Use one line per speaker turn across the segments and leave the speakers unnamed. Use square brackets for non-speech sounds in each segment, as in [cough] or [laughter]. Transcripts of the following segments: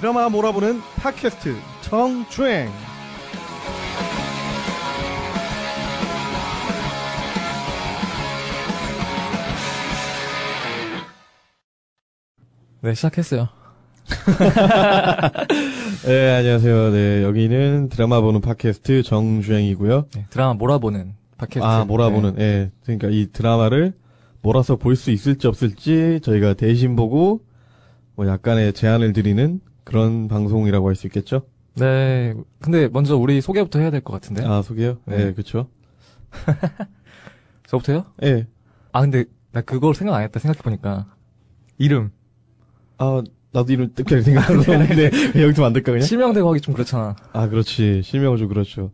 드라마 몰아보는 팟캐스트 청추행.
네, 시작했어요.
네, 안녕하세요. 네, 여기는 드라마 보는 팟캐스트 정주행이고요.
네, 드라마 몰아보는 팟캐스트. 네.
아, 몰아보는. 예. 그러니까 이 드라마를 몰아서 볼 수 있을지 없을지 저희가 대신 보고 뭐 약간의 제안을 드리는 그런 방송이라고 할 수 있겠죠?
네. 네, 근데 먼저 우리 소개부터 해야 될 것 같은데.
아, 소개요? 예,
네.
그렇죠.
저부터요?
예.
아, 근데 나 그걸 생각 안 했다 생각해보니까. 이름.
아, 나도 이름 특별히 생각
[laughs]
안 했는데
네.
왜 여기서 만들까 그냥?
실명되고 하기 좀 그렇잖아.
아, 그렇지. 실명은 좀 그렇죠.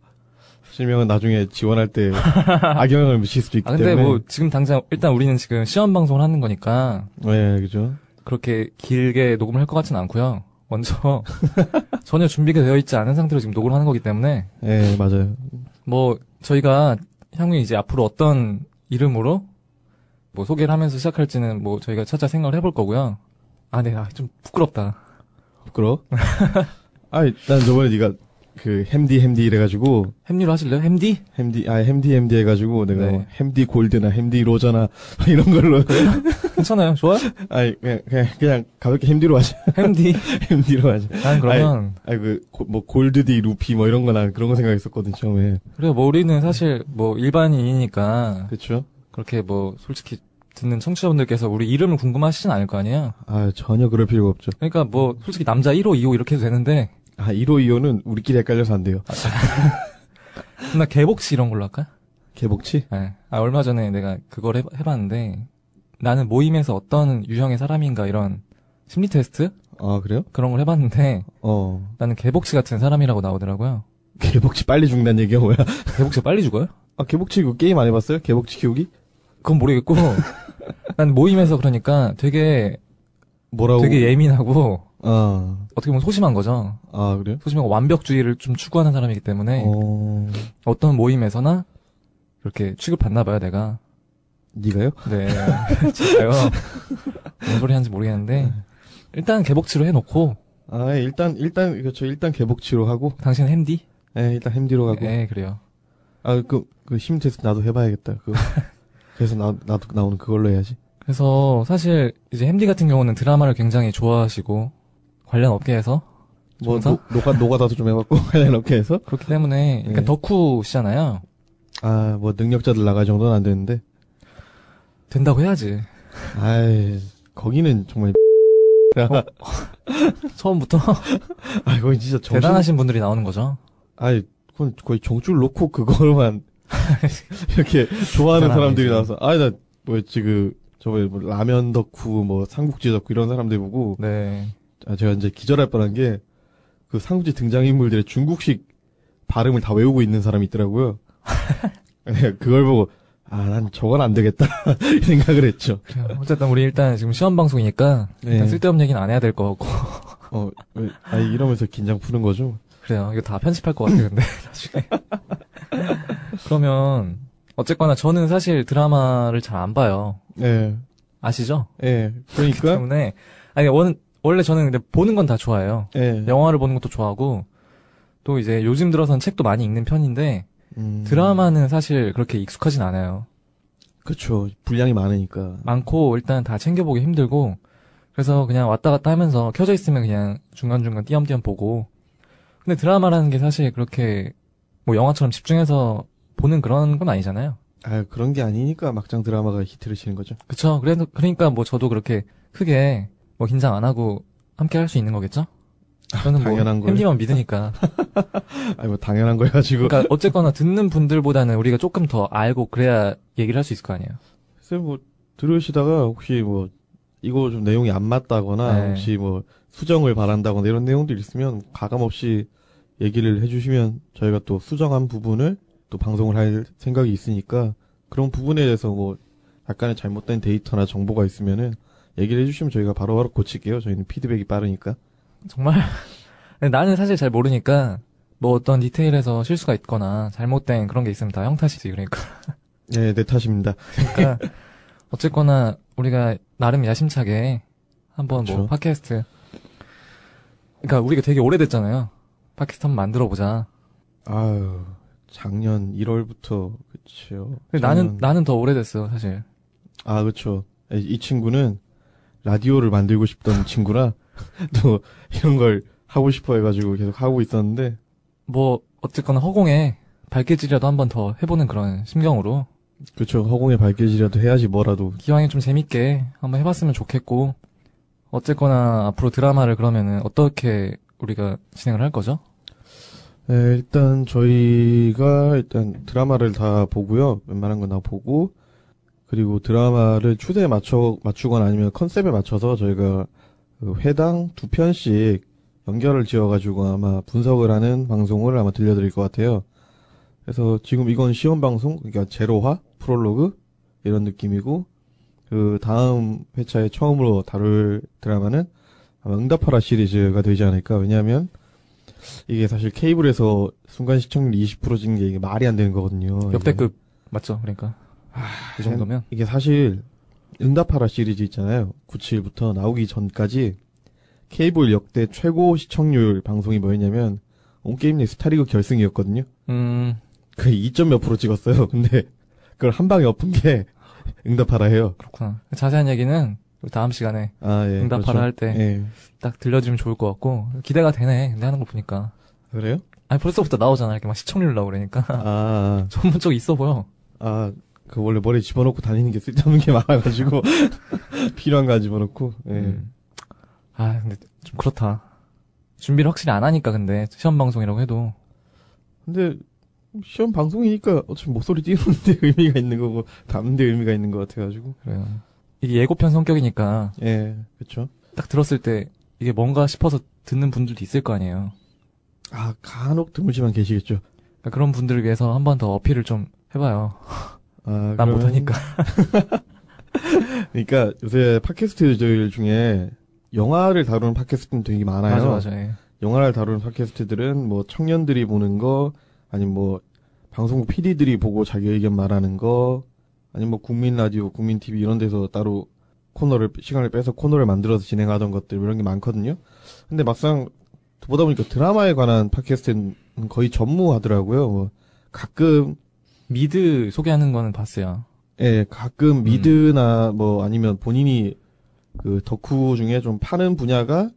실명은 나중에 지원할
[laughs]
때 악영향을 미칠 수도 있기
아, 근데
때문에.
뭐 지금 당장, 일단 우리는 지금 시험방송을 하는 거니까
예, 그죠.
그렇게 길게 녹음을 할 것 같진 않고요.
[laughs]
먼저 전혀 준비가 되어 있지 않은 상태로 지금 녹음을 하는 거기 때문에
예, 맞아요.
뭐 저희가 향후 이제 앞으로 어떤 이름으로 뭐 소개를 하면서 시작할지는 뭐 저희가 차차 생각을 해볼 거고요. 아, 네, 아, 좀 부끄럽다.
부끄러워. [laughs] 아이, 난 저번에 네가 그 햄디 햄디 이래가지고
햄리로 하실래요? 햄디?
햄디, 아 햄디 햄디 해가지고 내가
네.
뭐 햄디 골드나 햄디 로저나 [laughs] 이런 걸로
괜찮아요? 좋아요? [laughs]
아니 그냥 그냥, 그냥 가볍게 햄디로 하자 [laughs]
햄디.
햄디로 하자
난 그러면
아니 그뭐 골드디 루피 뭐 이런 거난 그런 거 생각했었거든 처음에
그래 뭐 우리는 사실 뭐 일반인이니까
그렇죠
그렇게 뭐 솔직히 듣는 청취자분들께서 우리 이름을 궁금하시진 않을 거 아니에요?
아 전혀 그럴 필요가 없죠
그러니까 뭐 솔직히 남자 1호, 2호 이렇게 해도 되는데
아 1호 2호는 우리끼리 헷갈려서 안 돼요
나 개복씨 이런 걸로 할까?
개복치
네. 아, 얼마 전에 내가 그걸 해, 해봤는데, 나는 모임에서 어떤 유형의 사람인가 이런 심리 테스트?
아 그래요
그런 걸 해봤는데,
어
나는 개복치 같은 사람이라고 나오더라고요.
[laughs] 개복치 빨리 죽는다는 얘기가 뭐야
개복치 빨리 죽어요?
아 개복치 그 게임 안 해봤어요 개복치 키우기
그건 모르겠고, [laughs] 난 모임에서 그러니까 되게,
뭐라고
되게 예민하고,
아,
어떻게 보면 소심한 거죠.
아 그래요
소심하고 완벽주의를 좀 추구하는 사람이기 때문에,
어
어떤 모임에서나, 이렇게 취급받나 봐요, 내가.
네가요
네. [laughs] 진짜요. 뭔 소리 하는지 모르겠는데, 일단 개복치로 해놓고,
아 예, 일단 일단 그렇죠 일단 개복치로 하고
당신은 햄디?
예 일단 햄디로 가고
네, 그래요.
아, 그, 그, 힘 테스트 나도 해봐야겠다. [laughs] 그, 그래서 나, 나도 나오는 그걸로 해야지.
그래서 사실 이제 햄디 같은 경우는 드라마를 굉장히 좋아하시고 관련 업계에서
뭐,
정상?
노, 노가, 노가다도 좀 해봤고, [laughs] 관련 업계에서.
그렇기 때문에 약간
예.
덕후시잖아요.
아, 뭐, 능력자들 나갈 정도는 안 되는데.
된다고 해야지.
아이, 거기는 정말.
[laughs]
[laughs]
처음부터
아, 거기 진짜 정신.
[laughs] 대단하신 분들이 나오는 거죠.
아이, 그건 거의 정줄 놓고 그걸만. [laughs] 이렇게 좋아하는
대단하네,
사람들이
진짜.
나와서. 아이, 나, 뭐였지, 그, 저번에 뭐 라면 덕후, 뭐, 삼국지 덕후 이런 사람들 보고.
네.
아, 제가 이제 기절할 뻔한 게, 그 삼국지 등장인물들의 중국식 발음을 다 외우고 있는 사람이
[laughs]
있더라고요. 네, 그걸 보고, 아, 난 저건 안 되겠다. [laughs] 이 생각을 했죠.
그래요. 어쨌든 우리 일단 지금 시험 방송이니까 일단
네.
쓸데없는 얘기는 안 해야 될 거 같고 [laughs]
어, 왜, 아, 이러면서 긴장 푸는 거죠?
그래요. 이거 다 편집할 것 같아요. 근데 [laughs] 나중에 그러면 어쨌거나 저는 사실 드라마를 잘 안 봐요.
예,
아시죠?
예. 그러니까,
때문에 아니 원, 원래 저는 근데 보는 건 다 좋아해요.
예.
영화를 보는 것도 좋아하고 또 이제 요즘 들어선 책도 많이 읽는 편인데
음,
드라마는 사실 그렇게 익숙하진 않아요.
그쵸. 분량이 많으니까.
많고 일단 다 챙겨보기 힘들고 그래서 그냥 왔다 갔다 하면서 켜져 있으면 그냥 중간중간 띄엄띄엄 보고 근데 드라마라는 게 사실 그렇게 뭐 영화처럼 집중해서 보는 그런 건 아니잖아요.
아, 그런 게 아니니까 막장 드라마가 히트를 치는 거죠.
그쵸? 그래서 그러니까 뭐 저도 그렇게 크게 뭐 긴장 안 하고 함께 할 수 있는 거겠죠? 저는 뭐
당연한 거예요.
햄디만 믿으니까.
아니, 뭐, 당연한 거여가지고.
그러니까 어쨌거나 듣는 분들보다는 우리가 조금 더 알고 그래야 얘기를 할 수 있을 거 아니에요.
쌤, 뭐, 들으시다가 혹시 뭐, 이거 좀 내용이 안 맞다거나,
네.
혹시 뭐, 수정을 바란다거나 이런 내용들 있으면 가감없이 얘기를 해주시면 저희가 또 수정한 부분을 또 방송을 할 생각이 있으니까 그런 부분에 대해서 뭐, 약간의 잘못된 데이터나 정보가 있으면은 얘기를 해주시면 저희가 바로바로 고칠게요. 저희는 피드백이 빠르니까.
정말 [laughs] 나는 사실 잘 모르니까 뭐 어떤 디테일에서 실수가 있거나 잘못된 그런 게 있으면 다 형 탓이지 그러니까.
네, 내 탓입니다.
그러니까 어쨌거나 우리가 나름 야심차게 한번 뭐
그쵸.
팟캐스트 그러니까 우리가 되게 오래됐잖아요. 팟캐스트 한번 만들어 보자.
아유, 작년 1월부터 그치요.
나는
작년-
나는 더 오래됐어요, 사실.
아 그쵸. 이- 이 친구는 라디오를 만들고 싶던 [laughs] 친구라 또 이런 걸 하고 싶어 해가지고 계속 하고 있었는데
뭐 어쨌거나 허공에 발길질이라도 한번 더 해보는 그런 심경으로
그쵸 그렇죠. 허공에 밝혀지라도 해야지 뭐라도
기왕에 좀 재밌게 한번 해봤으면 좋겠고 어쨌거나 앞으로 드라마를 그러면은 어떻게 우리가 진행을 할 거죠?
네, 일단 저희가 일단 드라마를 다 보고요. 웬만한 건 다 보고 그리고 드라마를 추세에 맞춰 맞추거나 아니면 컨셉에 맞춰서 저희가 그 회당 두 편씩 연결을 지어가지고 아마 분석을 하는 방송을 아마 들려드릴 것 같아요. 그래서 지금 이건 시험 방송 그러니까 제로화 프롤로그 이런 느낌이고 그 다음 회차에 처음으로 다룰 드라마는 아마 응답하라 시리즈가 되지 않을까 왜냐하면 이게 사실 케이블에서 순간 시청률 20% 찍는 게 이게 말이 안 되는 거거든요.
어,
이게.
역대급 맞죠? 그러니까 이 정도면
이게 사실 응답하라 시리즈 있잖아요. 97부터 나오기 전까지 케이블 역대 최고 시청률 방송이 뭐였냐면 온게임 내 스타리그 결승이었거든요.
음
그2.몇 프로 찍었어요. [laughs] 근데 그걸 한 방에 엎은 게 [laughs] 응답하라 해요.
그렇구나 자세한 얘기는 우리 다음 시간에
아 예.
응답하라
그렇죠.
할 때.
예.
딱 들려주면 좋을 것 같고 기대가 되네 근데 하는 거 보니까
그래요?
아니 벌써부터 나오잖아 이렇게 막 시청률 나오고 그러니까 [laughs]
아,
전문 쪽 있어 보여
아, 그 원래 머리 에 집어넣고 다니는 게 쓸데없는 게 많아가지고 [laughs] 필요한 거 안 집어넣고. 예.
음. 아 근데 좀 그렇다 준비를 확실히 안 하니까 근데 시험 방송이라고 해도
근데 시험 방송이니까 어차피 목소리 띄우는데 [laughs] 의미가 있는 거고 담는데 의미가 있는 것 같아가지고
그래요 이게 예고편 성격이니까
예 그쵸
딱 들었을 때 이게 뭔가 싶어서 듣는 분들도 있을 거 아니에요
아 간혹 드물지만 계시겠죠
그러니까 그런 분들을 위해서 한 번 더 어필을 좀 해봐요
아,
난
그러면-
못하니까
[laughs] 그러니까 요새 팟캐스트들 중에 영화를 다루는 팟캐스트는 되게 많아요
맞아 맞아 예.
영화를 다루는 팟캐스트들은 뭐 청년들이 보는 거 아니면 뭐 방송국 PD들이 보고 자기 의견 말하는 거 아니면 뭐 국민 라디오, 국민 TV 이런 데서 따로 코너를 시간을 빼서 코너를 만들어서 진행하던 것들 이런 게 많거든요. 근데 막상 보다 보니까 드라마에 관한 팟캐스트는 거의 전무하더라고요. 뭐 가끔
미드 소개하는 거는 봤어요
예, 가끔 미드나 뭐 아니면 본인이 그 덕후 중에 좀 파는 분야가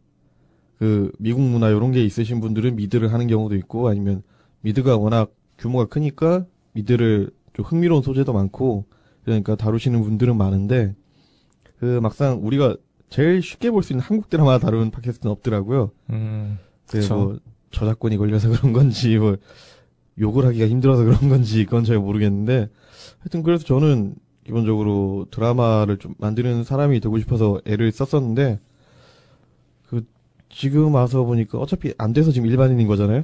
그 미국 문화 이런 게 있으신 분들은 미드를 하는 경우도 있고 아니면 미드가 워낙 규모가 크니까 미드를 좀 흥미로운 소재도 많고 그러니까 다루시는 분들은 많은데 그 막상 우리가 제일 쉽게 볼 수 있는 한국 드라마 다루는 팟캐스트는 없더라고요.
음
그
그쵸.
뭐 저작권이 걸려서 [laughs] 그런 건지 뭐 욕을 하기가 힘들어서 그런 건지 그건 잘 모르겠는데 하여튼 그래서 저는 기본적으로 드라마를 좀 만드는 사람이 되고 싶어서 애를 썼었는데 그 지금 와서 보니까 어차피 안 돼서 지금 일반인인 거잖아요.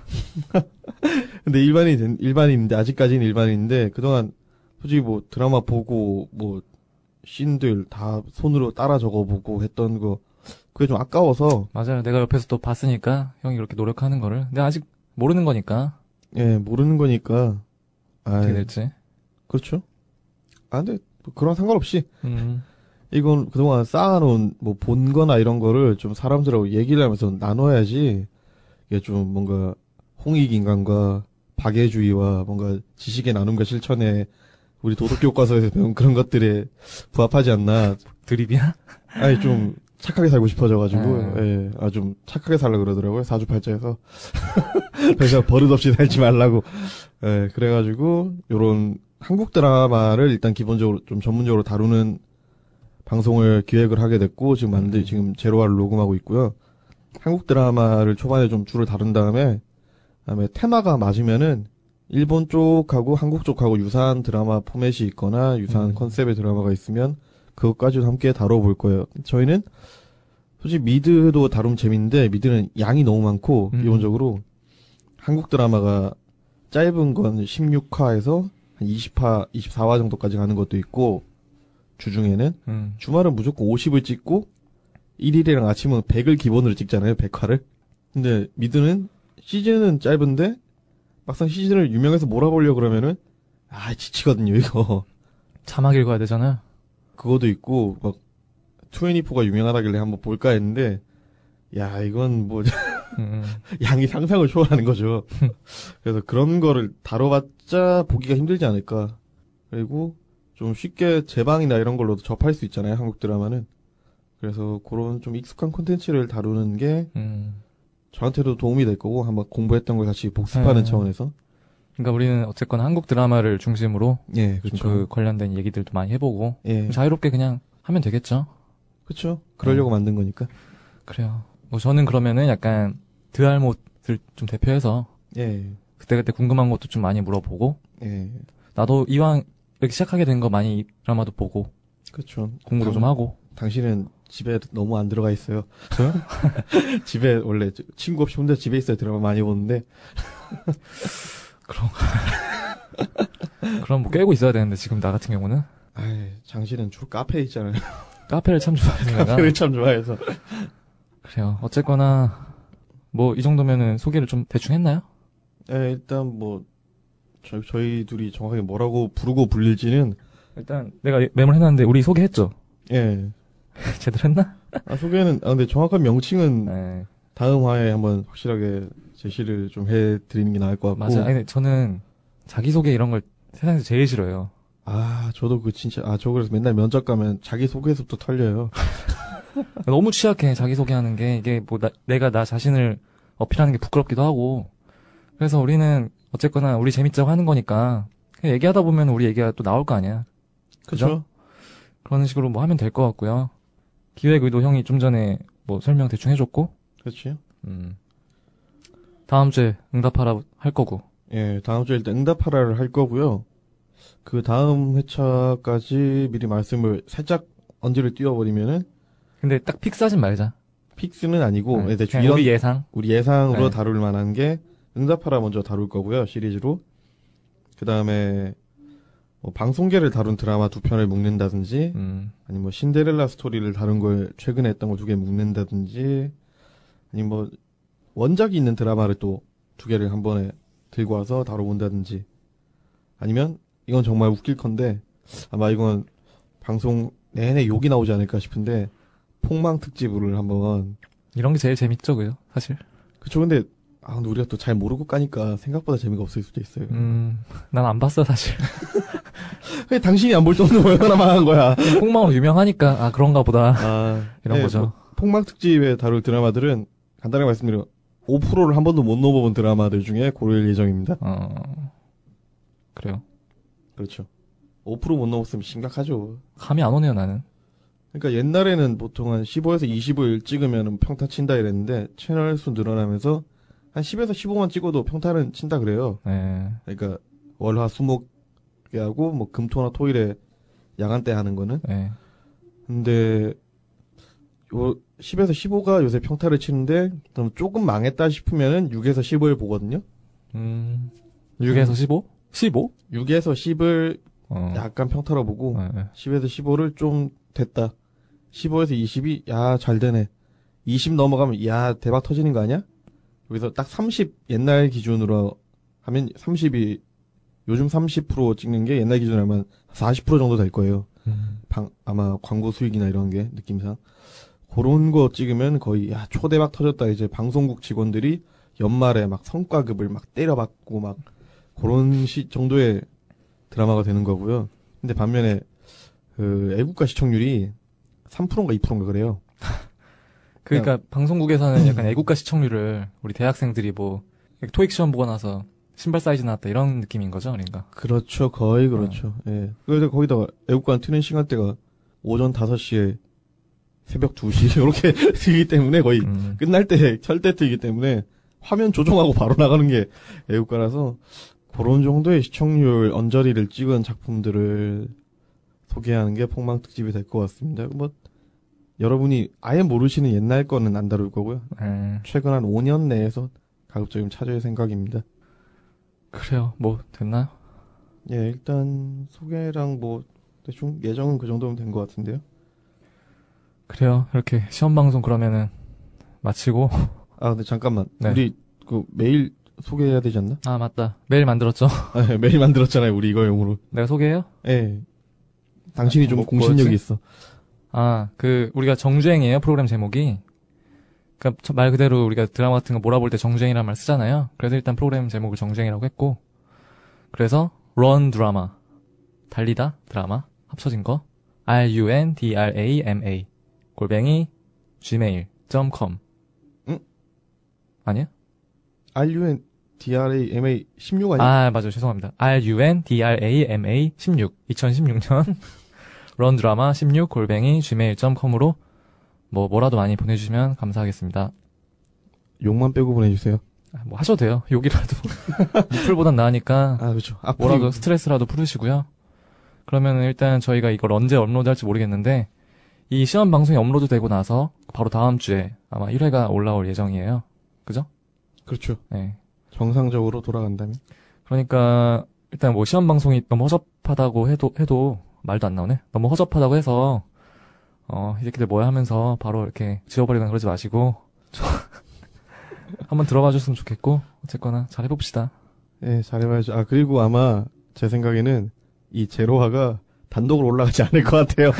[laughs] 근데 일반인 된- 일반인인데 아직까지는 일반인인데 그동안 솔직히 뭐 드라마 보고 뭐 씬들 다 손으로 따라 적어보고 했던 거 그게 좀 아까워서
맞아요. 내가 옆에서 또 봤으니까 형이 이렇게 노력하는 거를. 근데 아직 모르는 거니까
예, 모르는 거니까. 아,
어떻게 될지.
그렇죠. 아, 근데 뭐 그런 상관없이
음.
이건 그동안 쌓아놓은 뭐 본거나 이런 거를 좀 사람들하고 얘기를 하면서 나눠야지 이게 좀 뭔가 홍익인간과 박애주의와 뭔가 지식의 나눔과 실천에 우리 도덕교과서에서 배운 그런 것들에 부합하지 않나.
드립이야?
아니 좀 착하게 살고 싶어져가지고
아.
예, 아 좀 착하게 살라 그러더라고요 사주팔자에서 [laughs] 그래서 버릇없이 살지 말라고 예, 그래가지고 요런 한국 드라마를 일단 기본적으로 좀 전문적으로 다루는 방송을 기획을 하게 됐고 지금 만들
음.
지금 제로화를 녹음하고 있고요 한국 드라마를 초반에 좀 주를 다룬 다음에 그다음에 테마가 맞으면은 일본 쪽하고 한국 쪽하고 유사한 드라마 포맷이 있거나 유사한
음.
컨셉의 드라마가 있으면 그것까지도 함께 다뤄볼 거예요. 저희는 솔직히 미드도 다루면 재밌는데 미드는 양이 너무 많고
음.
기본적으로 한국 드라마가 짧은 건 16화에서 한 20화, 24화 정도까지 가는 것도 있고 주중에는
음.
주말은 무조건 50을 찍고 1일이랑 아침은 100을 기본으로 찍잖아요. 100화를. 근데 미드는 시즌은 짧은데 막상 시즌을 유명해서 몰아보려고 그러면은 아 지치거든요 이거.
자막 읽어야 되잖아.
그거도 있고 막 24가 유명하다길래 한번 볼까 했는데 야, 이건 뭐
음,
[laughs]
음.
양이 상상을 초월하는 거죠.
[laughs]
그래서 그런 거를 다뤄봤자 보기가 힘들지 않을까. 그리고 좀 쉽게 제방이나 이런 걸로도 접할 수 있잖아요. 한국 드라마는. 그래서 그런 좀 익숙한 콘텐츠를 다루는 게
음.
저한테도 도움이 될 거고 한번 공부했던 걸 같이
네.
복습하는 차원에서.
그러니까 우리는 어쨌거나 한국 드라마를 중심으로
예,
좀
그렇죠.
그 관련된 얘기들도 많이 해보고
예,
자유롭게 그냥 하면 되겠죠.
그렇죠. 그러려고
네.
만든 거니까.
그래요. 뭐 저는 그러면은 약간 드알못을 좀 대표해서
예,
그때그때 궁금한 것도 좀 많이 물어보고
예,
나도 이왕 이렇게 시작하게 된 거 많이 이 드라마도 보고
그렇죠.
공부도 좀 하고
당신은 집에 너무 안 들어가 있어요.
저요?
[laughs] 집에 원래 친구 없이 혼자 집에 있어야 드라마 많이 보는데
그럼 뭐 깨고 있어야 되는데 지금 나 같은 경우는
아이, 장신은 주로 카페에 있잖아요.
카페를 참 좋아해서 내가
카페를 [laughs] 참 좋아해서.
그래요. 어쨌거나 뭐 이 정도면은 소개를 좀 대충 했나요?
예, 일단 뭐, 저, 저희 둘이 정확하게 뭐라고 부르고 불릴지는,
일단 내가 메모해놨는데 를 우리 소개했죠. [laughs]
예.
제대로 했나?
아, 소개는, 아, 근데 정확한 명칭은
네.
다음 화에 한번 확실하게 제시를 좀 해드리는 게 나을 것 같고.
어, 맞아. 아니, 저는 자기소개 이런 걸 세상에서 제일 싫어요.
아, 저도 그 진짜, 아, 저 그래서 맨날 면접 가면 자기소개에서부터 털려요.
너무 취약해, 자기소개하는 게. 이게 뭐, 나- 내가 나 자신을 어필하는 게 부끄럽기도 하고. 그래서 우리는, 어쨌거나, 우리 재밌자고 하는 거니까, 그냥 얘기하다 보면 우리 얘기가 또 나올 거 아니야.
그죠?
그런 식으로 뭐 하면 될 것 같고요. 기획 의도 형이 좀 전에 뭐 설명 대충 해줬고,
그렇죠? 그렇지.
음. 다음 주에 응답하라 할 거고.
예, 다음 주에 일단 응답하라를 할 거고요. 그 다음 회차까지 미리 말씀을 살짝 언지를 띄워버리면은,
근데 딱 픽사진 말자.
픽스는 아니고,
네,
예, 대충
그냥
이런
우리 예상.
우리 예상으로
네.
다룰 만한 게 응답하라 먼저 다룰 거고요 시리즈로 그 다음에 뭐 방송계를 다룬 드라마 두 편을 묶는다든지
음.
아니면 뭐 신데렐라 스토리를 다룬 걸 최근에 했던 거 두 개 묶는다든지 아니면 뭐 원작이 있는 드라마를 또 두 개를 한 번에 들고 와서 다뤄본다든지 아니면 이건 정말 웃길 건데 아마 이건 방송 내내 욕이 나오지 않을까 싶은데 폭망 특집을 한번
이런 게 제일 재밌죠, 그죠? 사실.
그쵸, 근데, 아, 근데 우리가 또 잘 모르고 까니까 생각보다 재미가 없을 수도 있어요.
음, 난 안 봤어, 사실. [laughs]
왜 당신이 안 볼 줄 [laughs] 없는 뭘 하나 말한 거야.
폭망으로 유명하니까, 아, 그런가 보다.
아,
이런 거죠.
폭망 특집에 다룰 드라마들은 간단하게 말씀드려 5%를 한 번도 못 넘어본 드라마들 중에 고를 예정입니다.
어, 그래요.
그렇죠. 5%못 넘었으면 심각하죠.
감이 안 오네요, 나는.
그러니까 옛날에는 보통 한 15에서 25일 찍으면 평타 친다 이랬는데 채널 수 늘어나면서 한 10에서 15만 찍어도 평타는 친다 그래요.
네.
그러니까 월화 수목에 하고 뭐 금토나 토일에 야간 때 하는 거는
네.
근데 요 10에서 15가 요새 평타를 치는데 그럼 조금 망했다 싶으면은 6에서 10을 보거든요.
음, 6에서 15? 15?
6에서 10을
어.
약간 평타로 보고
네, 네.
10에서 15를 좀 됐다. 15에서 20이 야 잘 되네. 20 넘어가면 야 대박 터지는 거 아니야? 여기서 딱 30 옛날 기준으로 하면 30이 요즘 30% 찍는 게 옛날 기준으로 하면 40% 정도 될 거예요.
음,
방, 아마 광고 수익이나 이런 게 느낌상 그런 거 찍으면 거의 야 초대박 터졌다 이제 방송국 직원들이 연말에 막 성과급을 막 때려받고 막 그런 시 정도의 드라마가 되는 거고요. 근데 반면에 그 애국가 시청률이 3%인가 2%인가 그래요.
그러니까, 방송국에서는 [laughs] 약간 애국가 시청률을 우리 대학생들이 뭐, 이렇게 토익 시험 보고 나서 신발 사이즈 나왔다 이런 느낌인 거죠, 그러니까.
그렇죠, 거의 그렇죠. 예. 그래서 거기다가 애국가 트는 시간대가 오전 5시에 새벽 2시 [laughs] 이렇게 되기 때문에 거의
음,
끝날 때 [laughs] 절대 뜨기 때문에 화면 조정하고 바로 나가는 게 애국가라서 그런 정도의 시청률 언저리를 찍은 작품들을 소개하는 게 폭망 특집이 될 것 같습니다. 뭐 여러분이 아예 모르시는 옛날 거는 안 다룰 거고요.
네.
최근 한 5년 내에서 가급적이면 찾을 생각입니다.
그래요. 뭐, 됐나요?
예, 일단 소개랑 뭐 대충 예정은 그 정도면 된 것 같은데요.
그래요. 이렇게 시험방송 그러면은, 마치고.
아, 근데 잠깐만.
네.
우리 그 메일 소개해야 되지 않나? [laughs]
아, 맞다. 매일 만들었죠. [laughs]
아, 메일 만들었잖아요. 우리 이거 용으로.
내가 소개해요?
예. 당신이
아,
좀
뭐-
공신력이
뭐였지?
있어.
아, 그, 우리가 정주행이에요, 프로그램 제목이. 그러니까 참- 말 그대로 우리가 드라마 같은 거 몰아볼 때 정주행이라는 말 쓰잖아요. 그래서 일단 프로그램 제목을 정주행이라고 했고 그래서 run 드라마 달리다 드라마 합쳐진 거 r u n d r a m a 골뱅이 gmail.com
응?
아니야?
RUN DRAMA 16 아니야?
아, 맞아요. 죄송합니다. RUNDRAMA 16. 2016년. [laughs] 런 드라마 16 골뱅이 gmail.com으로 뭐 뭐라도 많이 보내 주시면 감사하겠습니다.
욕만 빼고 보내주세요.
아, 뭐 하셔도 돼요. 욕이라도. [laughs] 리플보단 나으니까
아, 그렇죠. 앞으로
뭐라도 스트레스라도 푸르시고요. 그러면 일단 저희가 이걸 언제 업로드할지 모르겠는데 이 시험 방송이 업로드되고 나서 바로 다음 주에 아마 1회가 올라올 예정이에요. 그죠?
그렇죠.
네.
정상적으로 돌아간다면.
그러니까 일단 뭐 시험 방송이 너무 허접하다고 해도 해도 말도 안 나오네. 너무 허접하다고 해서 어이 새끼들 뭐야 하면서 바로 이렇게 지워버리거나 그러지 마시고 저- [laughs] 한번 들어봐 줬으면 좋겠고 어쨌거나 잘 해봅시다.
예, 잘해봐야죠. 아, 그리고 아마 제 생각에는 이 제로화가 단독으로 올라가지 않을 것 같아요.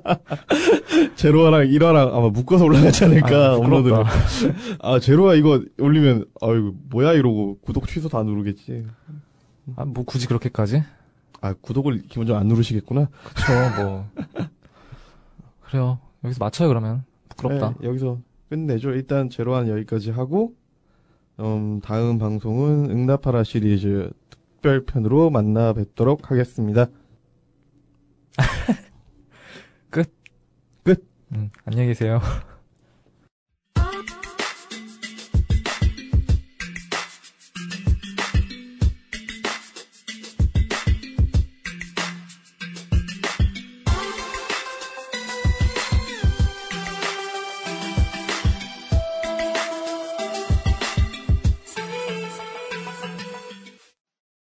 [laughs] 제로화랑 일화랑 아마 묶어서 올라가지 않을까,
아, 부끄럽다.
그러니까 업로드를. 아, 제로화 이거 올리면, 아이고, 뭐야 이러고 구독 취소 다 누르겠지.
아, 뭐 굳이 그렇게까지?
아, 구독을 기본 적으로 안 누르시겠구나.
그쵸 뭐 그래요. 여기서 맞춰요 그러면 부끄럽다.
예, 여기서 끝내죠. 일단 제로화는 여기까지 하고, 음, 다음 방송은 응답하라 시리즈 특별편으로 만나 뵙도록 하겠습니다. 네.
음, 안녕히 계세요.